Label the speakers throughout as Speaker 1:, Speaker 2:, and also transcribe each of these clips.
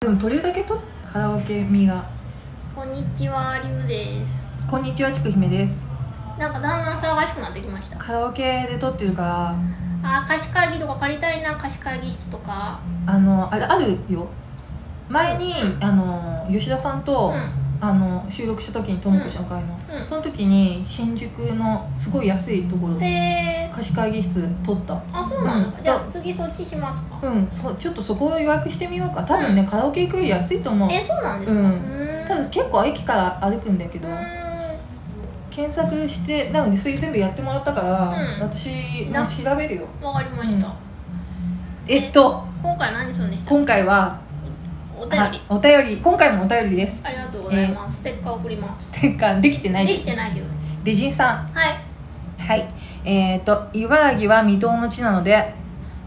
Speaker 1: でも取りだけとカラオケみが
Speaker 2: こんにちは、りゅうです。
Speaker 1: こんにちはちくひめです
Speaker 2: なんかだんだん騒がしくなってきました。
Speaker 1: カラオケで撮ってるから
Speaker 2: あー、貸し会議とか借りたいな、貸し会議室とか。
Speaker 1: あのあれあるよ前にあの吉田さん
Speaker 2: う
Speaker 1: と、
Speaker 2: ん。
Speaker 1: あの収録した時にともこしの会の、
Speaker 2: うん
Speaker 1: その時に新宿のすごい安いところ
Speaker 2: へえ。
Speaker 1: 貸し会議室取った
Speaker 2: あ、そうなの
Speaker 1: う
Speaker 2: か。
Speaker 1: ん
Speaker 2: じゃあ次そっちしますか。
Speaker 1: うんそちょっとそこを予約してみようか多分ね、カラオケ行くより安いと思う
Speaker 2: え、そうなんですか。
Speaker 1: うん
Speaker 2: ーん
Speaker 1: ただ結構駅から歩くんだけど、
Speaker 2: うーん
Speaker 1: 検索してなのでそれ全部やってもらったから、
Speaker 2: うん
Speaker 1: 私も
Speaker 2: な
Speaker 1: 調べるよ
Speaker 2: わかりました。
Speaker 1: えっと
Speaker 2: 今回何するんでしたっけ
Speaker 1: 今回は
Speaker 2: お便り。
Speaker 1: あお便り今回もお便りです
Speaker 2: ありがとうございます。ステッカー送ります。
Speaker 1: てかできてな
Speaker 2: で
Speaker 1: い
Speaker 2: きてないけどね。
Speaker 1: デジンさん
Speaker 2: はい。
Speaker 1: はいえっ、と茨城は未踏の地なので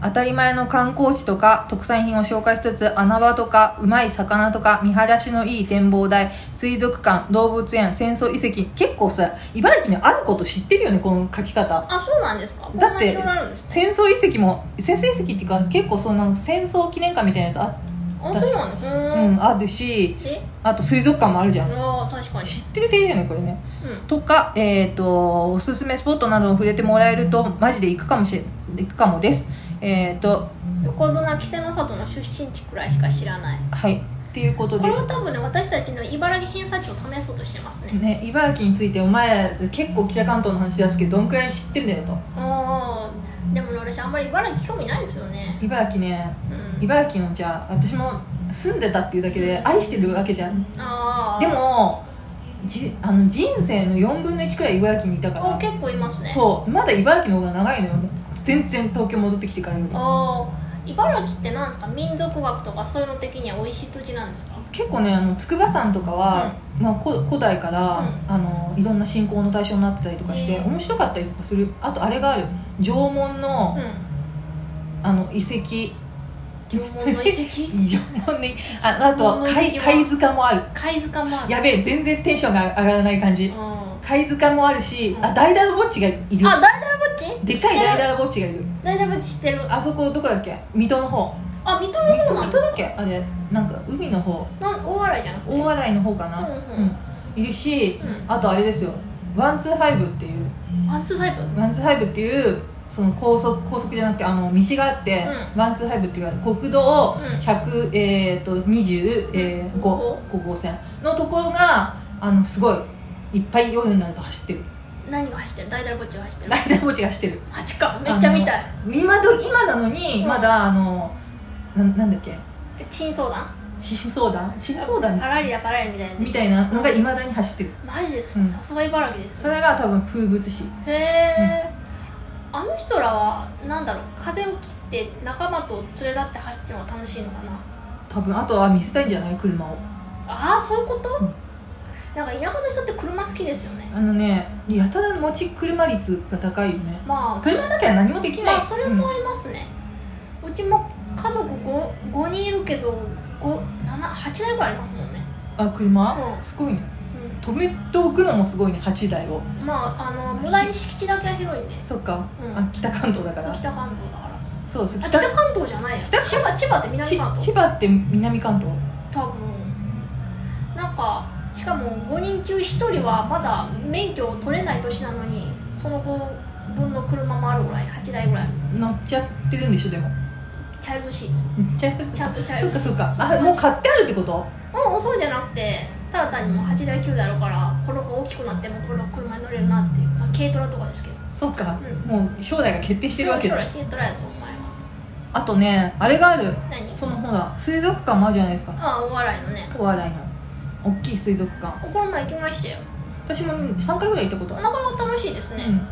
Speaker 1: 当たり前の観光地とか特産品を紹介しつつ穴場とかうまい魚とか見晴らしのいい展望台水族館動物園戦争遺跡結構さ茨城にあること知ってるよねこの書き方
Speaker 2: あ、そうなんですか。こん
Speaker 1: だ
Speaker 2: な
Speaker 1: っ
Speaker 2: に
Speaker 1: て
Speaker 2: いろいろあるんですか。
Speaker 1: 戦争遺跡も戦争遺跡っていうか結構その戦争記念館みたいなやつあ,、
Speaker 2: あ、そうなの。う
Speaker 1: う
Speaker 2: ーん。
Speaker 1: ん、あるし
Speaker 2: え、
Speaker 1: あと水族館もあるじゃん
Speaker 2: あー、確かに。
Speaker 1: 知ってる手だよねこれね
Speaker 2: うん。
Speaker 1: とか、えー、とおすすめスポットなどを触れてもらえるとマジで行くかもしれ行くかもですえっ、と
Speaker 2: 横綱稀勢の里の出身地くらいしか知らない。
Speaker 1: はいっていうこと
Speaker 2: こ
Speaker 1: で
Speaker 2: れは多分ね私たちの茨城偏差値を試そうとしてますね
Speaker 1: ね茨城についてお前結構北関東の話出すけどどんくらい知ってんだよと
Speaker 2: あーでもね私あんまり茨城興味ないんですよね
Speaker 1: 茨城ね
Speaker 2: うん
Speaker 1: 茨城のじゃあ私も住んでたっていうだけで愛してるわけじゃん
Speaker 2: ああ
Speaker 1: でもじあの人生の4分の1くらい茨城にいたか
Speaker 2: お
Speaker 1: ら
Speaker 2: 結構いますね
Speaker 1: そうまだ茨城の方が長いのよ全然東京戻ってきてからより
Speaker 2: あー茨城ってなんですか民族学とかそういうの的には美味しい土地なんですか
Speaker 1: 結構ねあの筑波山とかは、まあ、古古代から、
Speaker 2: う
Speaker 1: あのいろんな信仰の対象になってたりとかして、
Speaker 2: へー
Speaker 1: 面白かったりとかするあとあれがある縄文の,、
Speaker 2: うん
Speaker 1: あの遺 跡
Speaker 2: 縄文の遺 跡
Speaker 1: 縄文の遺ああと
Speaker 2: 縄文の遺跡は
Speaker 1: 貝貝塚もある
Speaker 2: 貝塚もある
Speaker 1: やべえ全然テンションが上がらない感じ
Speaker 2: うんあ
Speaker 1: 貝塚もあるし、
Speaker 2: うん
Speaker 1: あダイダルボッチがいる
Speaker 2: 大だらぼっち
Speaker 1: でかいダイダルボッチがいる
Speaker 2: 大だらぼっち知ってる
Speaker 1: あそこどこだっけ水戸の方
Speaker 2: あ水戸の方
Speaker 1: 水
Speaker 2: な
Speaker 1: 戸
Speaker 2: ん
Speaker 1: だ
Speaker 2: です
Speaker 1: っ
Speaker 2: か
Speaker 1: けあれなんか海の方
Speaker 2: なん大洗じゃなくて
Speaker 1: 大洗の方かな、
Speaker 2: うん
Speaker 1: うんいるし
Speaker 2: うん
Speaker 1: あとあれですよワンツーファイブっていう
Speaker 2: ワンツーファイブ
Speaker 1: ワンツーハイブっていうその高速高速じゃなくてあの道があって、
Speaker 2: う
Speaker 1: ワンツーハイブっていう国道
Speaker 2: うん
Speaker 1: 100、えー、と25、えー、ごご号線のところがあのすごいいっぱい夜になると走ってる
Speaker 2: 何が走ってる大だらぼっちが走ってる
Speaker 1: 大体持ちが走ってる
Speaker 2: マジかめっちゃ見たい
Speaker 1: 今ど今なのに
Speaker 2: うん
Speaker 1: まだあのななんだっけ
Speaker 2: 珍相談
Speaker 1: 新相談新相談
Speaker 2: パラリラパラリみたいな
Speaker 1: みたいなのがいまだに走ってる
Speaker 2: マジです
Speaker 1: うん
Speaker 2: かさすが茨城です
Speaker 1: そ
Speaker 2: ね
Speaker 1: れが多分風物詩
Speaker 2: へえ、あの人らはなんだろう風を切って仲間と連れ立って走ってるのが楽しいのかな
Speaker 1: 多分あとは見せたいんじゃない車を
Speaker 2: ああそういうこと、
Speaker 1: うん
Speaker 2: なんか田舎の人って車好きですよね
Speaker 1: あのねやたら持ち車率が高いよね
Speaker 2: まあ
Speaker 1: 車なきゃ何もできない、
Speaker 2: まあそれもありますね、うちも家族 5, 5人いるけど8台ぐらいありますもんね、
Speaker 1: うんあ車、
Speaker 2: うん
Speaker 1: すごいね止めておくのもすごいね8台を
Speaker 2: うん、まああの無駄に敷地だけは広いんで
Speaker 1: そっか、
Speaker 2: うん
Speaker 1: あ北関東だから
Speaker 2: 北関東だから
Speaker 1: そうそう
Speaker 2: あ
Speaker 1: 北
Speaker 2: 北関東じゃないや千葉千葉って南
Speaker 1: し
Speaker 2: 関東
Speaker 1: 千葉って南関東
Speaker 2: 多分なんかしかも5人中1人はまだ免許を取れない年なのにその後分の車もあるぐらい8台ぐらい
Speaker 1: 乗っちゃってるんでしょでも
Speaker 2: チャイルドシー
Speaker 1: ちゃいます
Speaker 2: ちゃんとチャイ
Speaker 1: そっ
Speaker 2: ルド
Speaker 1: か
Speaker 2: シー
Speaker 1: そっかあもう買ってあるってこと
Speaker 2: うんそうじゃなくてただ単にもう8台9台あるからこの子大きくなってもこの車に乗れるなっていう、まあ、軽トラとかですけど
Speaker 1: そっか、
Speaker 2: うん
Speaker 1: もう将来が決定してるわけ
Speaker 2: そ
Speaker 1: だ
Speaker 2: ろそろ軽トラやぞお前は
Speaker 1: あとねあれがある
Speaker 2: 何
Speaker 1: そのほら水族館もあるじゃないですか
Speaker 2: ああお笑いのね
Speaker 1: お笑いの大きい水族館
Speaker 2: この前行きましたよ
Speaker 1: 私も3回ぐらい行ったことあ
Speaker 2: な
Speaker 1: る、
Speaker 2: かなか楽しいですね、
Speaker 1: うん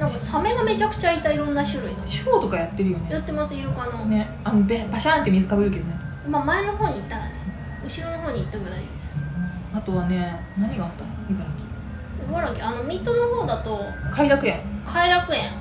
Speaker 2: なんかサメがめちゃくちゃいたいろんな種類の
Speaker 1: ショーとかやってるよね
Speaker 2: やってますイルカの、
Speaker 1: ねあのべバシャーンって水かぶるけどね
Speaker 2: まあ、前の方に行ったらね後ろの方に行ったぐらいです
Speaker 1: あとはね何があったの茨城
Speaker 2: 茨城あの水戸の方だと
Speaker 1: 偕楽園、
Speaker 2: 偕楽園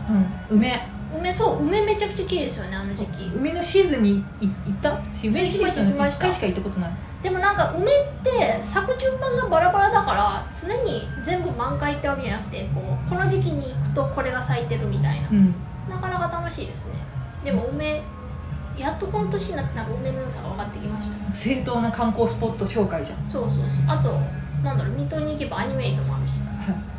Speaker 1: うん、梅
Speaker 2: 梅そう梅めちゃくちゃ綺麗ですよねあの時期
Speaker 1: 梅のシーズンにい行った梅のシーズンに
Speaker 2: 行きま
Speaker 1: 1
Speaker 2: した
Speaker 1: 回しか行ったことない
Speaker 2: でもなんか梅って咲く順番がバラバラだから常に全部満開ってわけじゃなくてこうこの時期に行くとこれが咲いてるみたいな
Speaker 1: うん
Speaker 2: なかなか楽しいですねでも梅いやっとこの年になってなんか海の良さが分かってきましたね
Speaker 1: 正当な観光スポット紹介じゃん
Speaker 2: そうそうそうあとなんだろう水戸に行けばアニメイトもあるし、
Speaker 1: まあ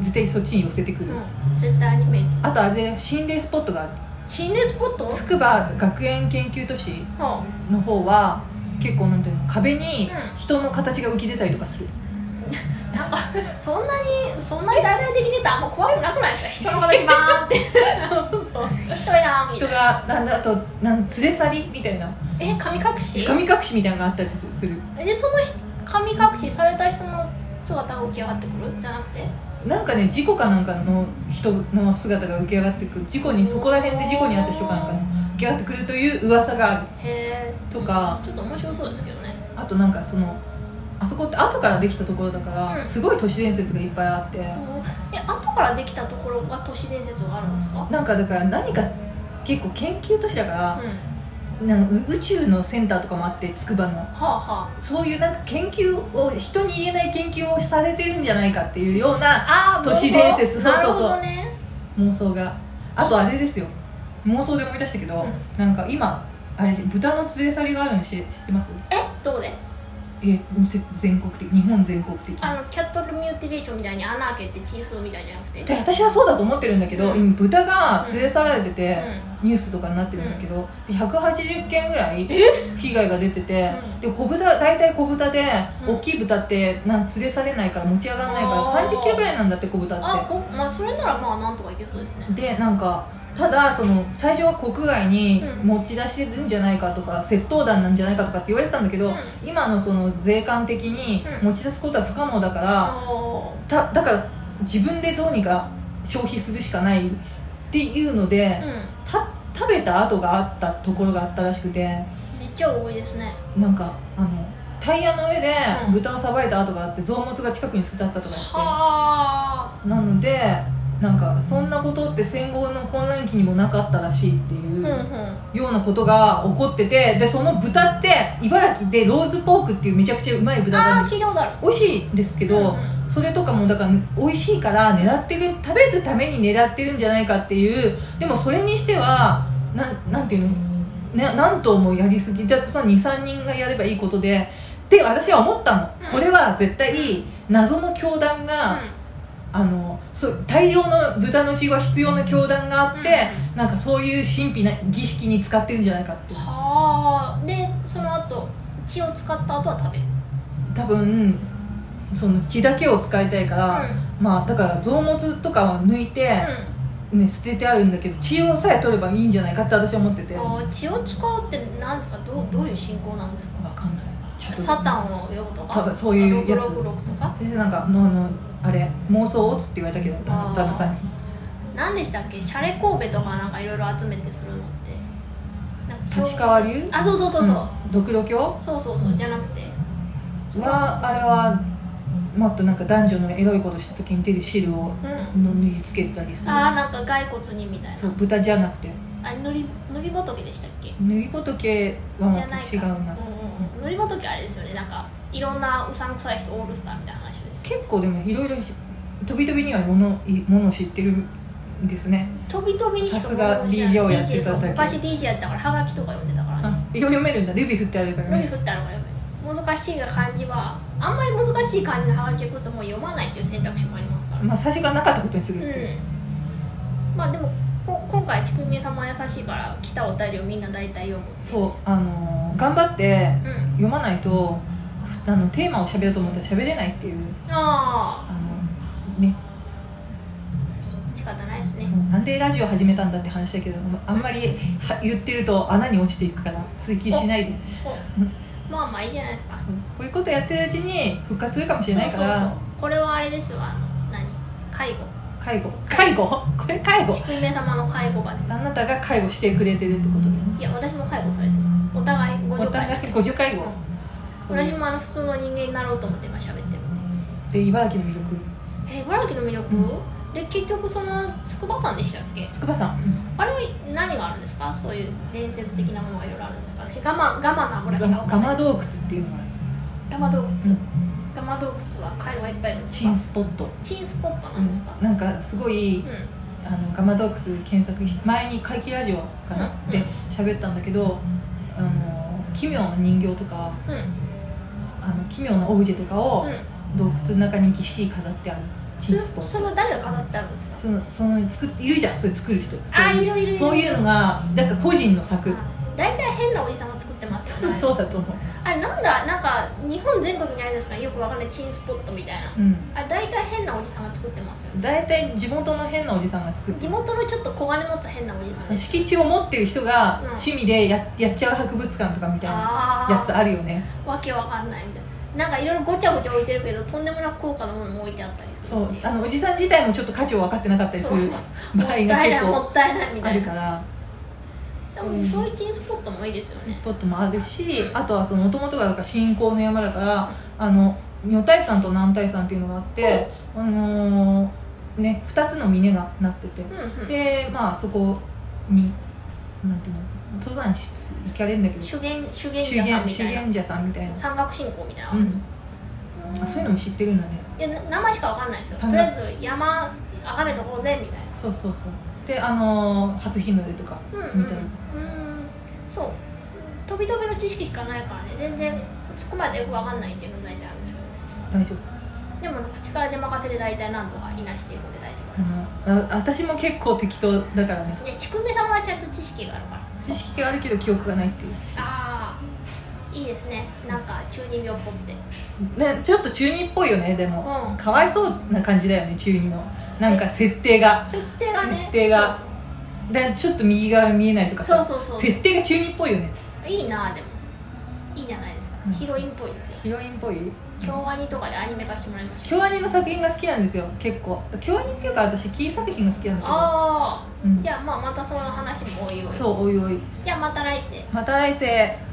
Speaker 1: 絶対そっちに寄せてく
Speaker 2: う
Speaker 1: る、
Speaker 2: ん、絶対アニメイト
Speaker 1: あとあれだよ心霊スポットがある
Speaker 2: 心霊スポット
Speaker 1: 筑波学園研究都市
Speaker 2: は
Speaker 1: の方は結構なんていうの壁に
Speaker 2: うん
Speaker 1: 人の形が浮き出たりとかする、
Speaker 2: あ、なんかそんなにそんなに大々的に出たらあんま怖いのなくないですか人の形バーンって人やんみた
Speaker 1: 人
Speaker 2: いな
Speaker 1: がなんだあとなん連れ去りみたいな
Speaker 2: え神隠し
Speaker 1: 神隠しみたいなのがあったりする
Speaker 2: でその人神隠しされた人の姿が浮き上がってくるじゃなくて
Speaker 1: なんかね事故かなんかの人の姿が浮き上がってくる事故にそこら辺で事故に遭った人かなんかの浮き上がってくるという噂がある
Speaker 2: へえ
Speaker 1: とか
Speaker 2: ちょっと面白そうですけどね
Speaker 1: あとなんかそのあそこって後からできたところだから、
Speaker 2: うん
Speaker 1: すごい都市伝説がいっぱいあって
Speaker 2: え後からできたところが都市伝説があるんですか
Speaker 1: なんかだから何か結構研究都市だから、
Speaker 2: は
Speaker 1: なんか宇宙のセンターとかもあって筑波の
Speaker 2: あは
Speaker 1: そういうなんか研究を人に言えない研究をされてるんじゃないかっていうような
Speaker 2: ああー
Speaker 1: 都市伝説
Speaker 2: 妄想
Speaker 1: そうそうそう
Speaker 2: なるほどね
Speaker 1: 妄想があとあれですよ妄想で思い出したけど、
Speaker 2: う
Speaker 1: なんか今あれ豚の連れ去りがあるの知知ってます
Speaker 2: えどうで
Speaker 1: えせ全国的日本全国的
Speaker 2: あのキャットルミューティレーションみたいに穴開けて血吸うみたいじゃなくて
Speaker 1: で私はそうだと思ってるんだけど、
Speaker 2: うん
Speaker 1: 今豚が連れ去られてて、
Speaker 2: う
Speaker 1: ニュースとかになってるんだけど、で180件ぐらい被害が出てて、
Speaker 2: うん
Speaker 1: で小豚大体小豚で、
Speaker 2: うん
Speaker 1: 大きい豚ってなん連れ去れないから持ち上がらないから
Speaker 2: あー
Speaker 1: 3 0キロぐらいなんだって小豚
Speaker 2: あ
Speaker 1: っ
Speaker 2: こまあそれならまあなんとかいけそうですね
Speaker 1: てでなんかただその最初は国外に
Speaker 2: うん
Speaker 1: 持ち出してるんじゃないかとか、窃盗団なんじゃないかとかって言われてたんだけど、
Speaker 2: うん
Speaker 1: 今のその税関的に
Speaker 2: うん
Speaker 1: 持ち出すことは不可能だから、
Speaker 2: あの
Speaker 1: ただから自分でどうにか消費するしかないっていうので、
Speaker 2: ー
Speaker 1: た食べた跡があったところがあったらしくて
Speaker 2: うんめっちゃ多いですね
Speaker 1: なんかあのタイヤの上で
Speaker 2: うん
Speaker 1: 豚をさばいた跡があって臓物が近くに捨ててあったとか言っ
Speaker 2: はあ
Speaker 1: てなのでなんかそんなことって戦後の混乱期にもなかったらしいっていう
Speaker 2: うんうん
Speaker 1: うようなことが起こっててでその豚って茨城でローズポークっていうめちゃくちゃうまい豚があ
Speaker 2: あ
Speaker 1: る
Speaker 2: あ聞いたことある
Speaker 1: 美味しいんですけど、
Speaker 2: うんうん
Speaker 1: それとかもだから美味しいから狙ってる食べるために狙ってるんじゃないかっていうでもそれにしてはなんなんていうの、ね、何頭もやりすぎだと23人がやればいいことでって私は思ったの、
Speaker 2: うん
Speaker 1: これは絶対謎の教団が、あのそう大量の豚の血は必要な教団があって、なんかそういう神秘な儀式に使ってるんじゃないかって
Speaker 2: うんはあでその後血を使った後は食べる
Speaker 1: 多分その血だけを使いたいから、まあだから臓物とかを抜いて、
Speaker 2: う
Speaker 1: ね、捨ててあるんだけど血をさえ取ればいいんじゃないかって私は思ってて
Speaker 2: んうんあー血を使うってなんですかどうどういう信仰なんですか
Speaker 1: わかんないちょっと
Speaker 2: サタンを呼ぶとか
Speaker 1: 多分そういうやつ
Speaker 2: 666とか
Speaker 1: 先生なんかもうあのあれ妄想をつって言われたけど旦
Speaker 2: あー
Speaker 1: 旦那さんに
Speaker 2: 何でしたっけシャレ神戸とかなんかいろいろ集めてするのってなんか
Speaker 1: 立川流
Speaker 2: あそうそうそうそう、
Speaker 1: ん、ドクロ教
Speaker 2: そうそうそうじゃなくて
Speaker 1: はあれはもっとなんか男女のエロいことした時に出る汁を
Speaker 2: うん
Speaker 1: の塗りつけたりする
Speaker 2: ああなんか骸骨にみたいな
Speaker 1: そう豚じゃなくて
Speaker 2: あのりのりぼとけでしたっけ
Speaker 1: 塗り仏はま
Speaker 2: じゃ
Speaker 1: た
Speaker 2: ないか
Speaker 1: 違う
Speaker 2: うん
Speaker 1: な
Speaker 2: うんうん、のりぼとけあれですよねなんかいろんなうさんくさい人オールスターみたいな話ですよ
Speaker 1: 結構でもいろいろし飛び飛びにはものいものを知ってるんですね
Speaker 2: 飛び飛びにしか
Speaker 1: さすが DJ をやってただけ
Speaker 2: DJ 昔 DJ やったからハガキとか読んでたから
Speaker 1: あ
Speaker 2: ね
Speaker 1: 読めるんだ指振ってあるから
Speaker 2: ロリ
Speaker 1: ね
Speaker 2: 振ったのが読める難しいが漢字はあんまり難しい漢字のハガキが来るともう読まないっていう選択肢もありますから
Speaker 1: まあ最初からなかったことにするっていう、
Speaker 2: うんまあでもこ今回ちくみ様優しいから来たお便りをみんな大体読む
Speaker 1: そうあのー頑張って
Speaker 2: うん
Speaker 1: 読まないとふあのテーマを喋ろうと思ったら喋れないっていう
Speaker 2: あ
Speaker 1: あのね
Speaker 2: あ仕方ないですね
Speaker 1: そうなんでラジオ始めたんだって話だけどあんまりは言ってると穴に落ちていくから追求しないで
Speaker 2: まあまあいいじゃないですか
Speaker 1: そうこういうことやってるうちに復活するかもしれないから
Speaker 2: そうそうそうこれはあれですよあの何介護
Speaker 1: 介護介護これ介護
Speaker 2: ちくみ様の介護場です
Speaker 1: あなたが介護してくれてるってことで
Speaker 2: いや私も介護されてますお互いご
Speaker 1: お
Speaker 2: 助会
Speaker 1: 互い互助介護そう
Speaker 2: 私もあの普通の人間になろうと思って今喋ってるん
Speaker 1: で茨城の魅力
Speaker 2: でえ茨城の魅力、
Speaker 1: う
Speaker 2: で結局その筑波山でしたっけ
Speaker 1: 筑波山
Speaker 2: あれは何があるんですかそういう伝説的なものがいろいろあるんですか私ガマガマの油しかわか
Speaker 1: ガ
Speaker 2: んな
Speaker 1: マ
Speaker 2: い
Speaker 1: 洞窟っていうのがある
Speaker 2: ガマ洞窟、
Speaker 1: うん
Speaker 2: ガマ洞窟は回路がいっぱいあるんです
Speaker 1: チン
Speaker 2: か
Speaker 1: スポット
Speaker 2: チンスポットなんですか
Speaker 1: なんかすごい
Speaker 2: うん、
Speaker 1: ああのガマ洞窟検索し前に怪奇ラジオかな
Speaker 2: うん
Speaker 1: で喋ったんだけどあの奇妙な人形とか
Speaker 2: うんうん
Speaker 1: あの奇妙なオブジェとかを
Speaker 2: うん
Speaker 1: 洞窟の中にぎっしり飾ってある珍スポ
Speaker 2: そ
Speaker 1: ット
Speaker 2: それは誰が飾ってあるんですか
Speaker 1: そのその作っているじゃんそれ作る人
Speaker 2: あ
Speaker 1: そう
Speaker 2: いろいろいろ
Speaker 1: そういうのがなんか個人の作
Speaker 2: あ大体変なおじさんが作ってますよね
Speaker 1: そうだと思う
Speaker 2: あれなんだなんか日本全国にあるんですかよくわかんないチンスポットみたいな
Speaker 1: うん
Speaker 2: あ大体変なおじさんが作ってますよね
Speaker 1: 大体地元の変なおじさんが作って
Speaker 2: 地
Speaker 1: る
Speaker 2: 元のちょっと小金持った変なおじさんです
Speaker 1: その敷地を持ってる人が
Speaker 2: うん
Speaker 1: 趣味でややっちゃう博物館とかみたいな
Speaker 2: ああ
Speaker 1: やつあるよね
Speaker 2: わけわかんないみたいななんかいろいろごちゃごちゃ置いてるけどとんでもなく高価なものも置いてあったりす
Speaker 1: そ
Speaker 2: るっ
Speaker 1: う
Speaker 2: ていう
Speaker 1: あのおじさん自体もちょっと価値を分かってなかったりする 場合が
Speaker 2: もっ
Speaker 1: 結
Speaker 2: たいないも
Speaker 1: 構
Speaker 2: ったいないみた
Speaker 1: あ
Speaker 2: い
Speaker 1: る
Speaker 2: な
Speaker 1: から
Speaker 2: そう
Speaker 1: うん
Speaker 2: そういうチンスポットもいいですよね
Speaker 1: スポットもあるしあとはその元々がなんか信仰の山だからあの女体山と男体山っていうのがあって、あのーね、2つの峰がなってて
Speaker 2: うんうん
Speaker 1: でまあそこになんていうの登山し行かれるんだけど
Speaker 2: 修験修験
Speaker 1: 修
Speaker 2: 者さ
Speaker 1: 験
Speaker 2: んみ
Speaker 1: 修
Speaker 2: たいな
Speaker 1: 験者さんみたいな、
Speaker 2: 山岳信仰みたいな、
Speaker 1: うん、
Speaker 2: うん
Speaker 1: あそういうのも知ってるんだね
Speaker 2: いやな名前しかわかんないですよ
Speaker 1: 山
Speaker 2: とりあ
Speaker 1: 岳
Speaker 2: えず山崇めとこうぜみたいな
Speaker 1: そうそうそうであのー初日の出とか
Speaker 2: うんうん
Speaker 1: 見たり
Speaker 2: うんそう飛び飛びの知識しかないからね全然そこまでよくわかんないっていうのが大体あるんですよね
Speaker 1: 大丈夫
Speaker 2: でも口から出任せで大体なんとかいなしているので大丈夫です
Speaker 1: あのあ私も結構適当だからね
Speaker 2: いやちくめさんはちゃんと知識があるから
Speaker 1: 知識があるけど記憶がないっていう
Speaker 2: ああいいですねなんか中二病っぽくて
Speaker 1: ね、ちょっと中二っぽいよねでも、
Speaker 2: うん
Speaker 1: かわいそうな感じだよね中二のなんか設定が
Speaker 2: 設定がね
Speaker 1: 設定がでちょっと右側見えないとか
Speaker 2: そう
Speaker 1: さ
Speaker 2: そうそうそうそう
Speaker 1: 設定が中二っぽいよね
Speaker 2: いいなあでもいいじゃないですか、
Speaker 1: うん
Speaker 2: ヒロインっぽいですよ
Speaker 1: ヒロインっぽい
Speaker 2: 京アニとかでアニメ化してもらいましょう
Speaker 1: 京アニの作品が好きなんですよ結構京アニっていうか私キー作品が好きなんだ
Speaker 2: ああ
Speaker 1: けど、うん
Speaker 2: じゃあまあまたその話もおいおい
Speaker 1: そうおいおい
Speaker 2: じゃあまた来世
Speaker 1: また来世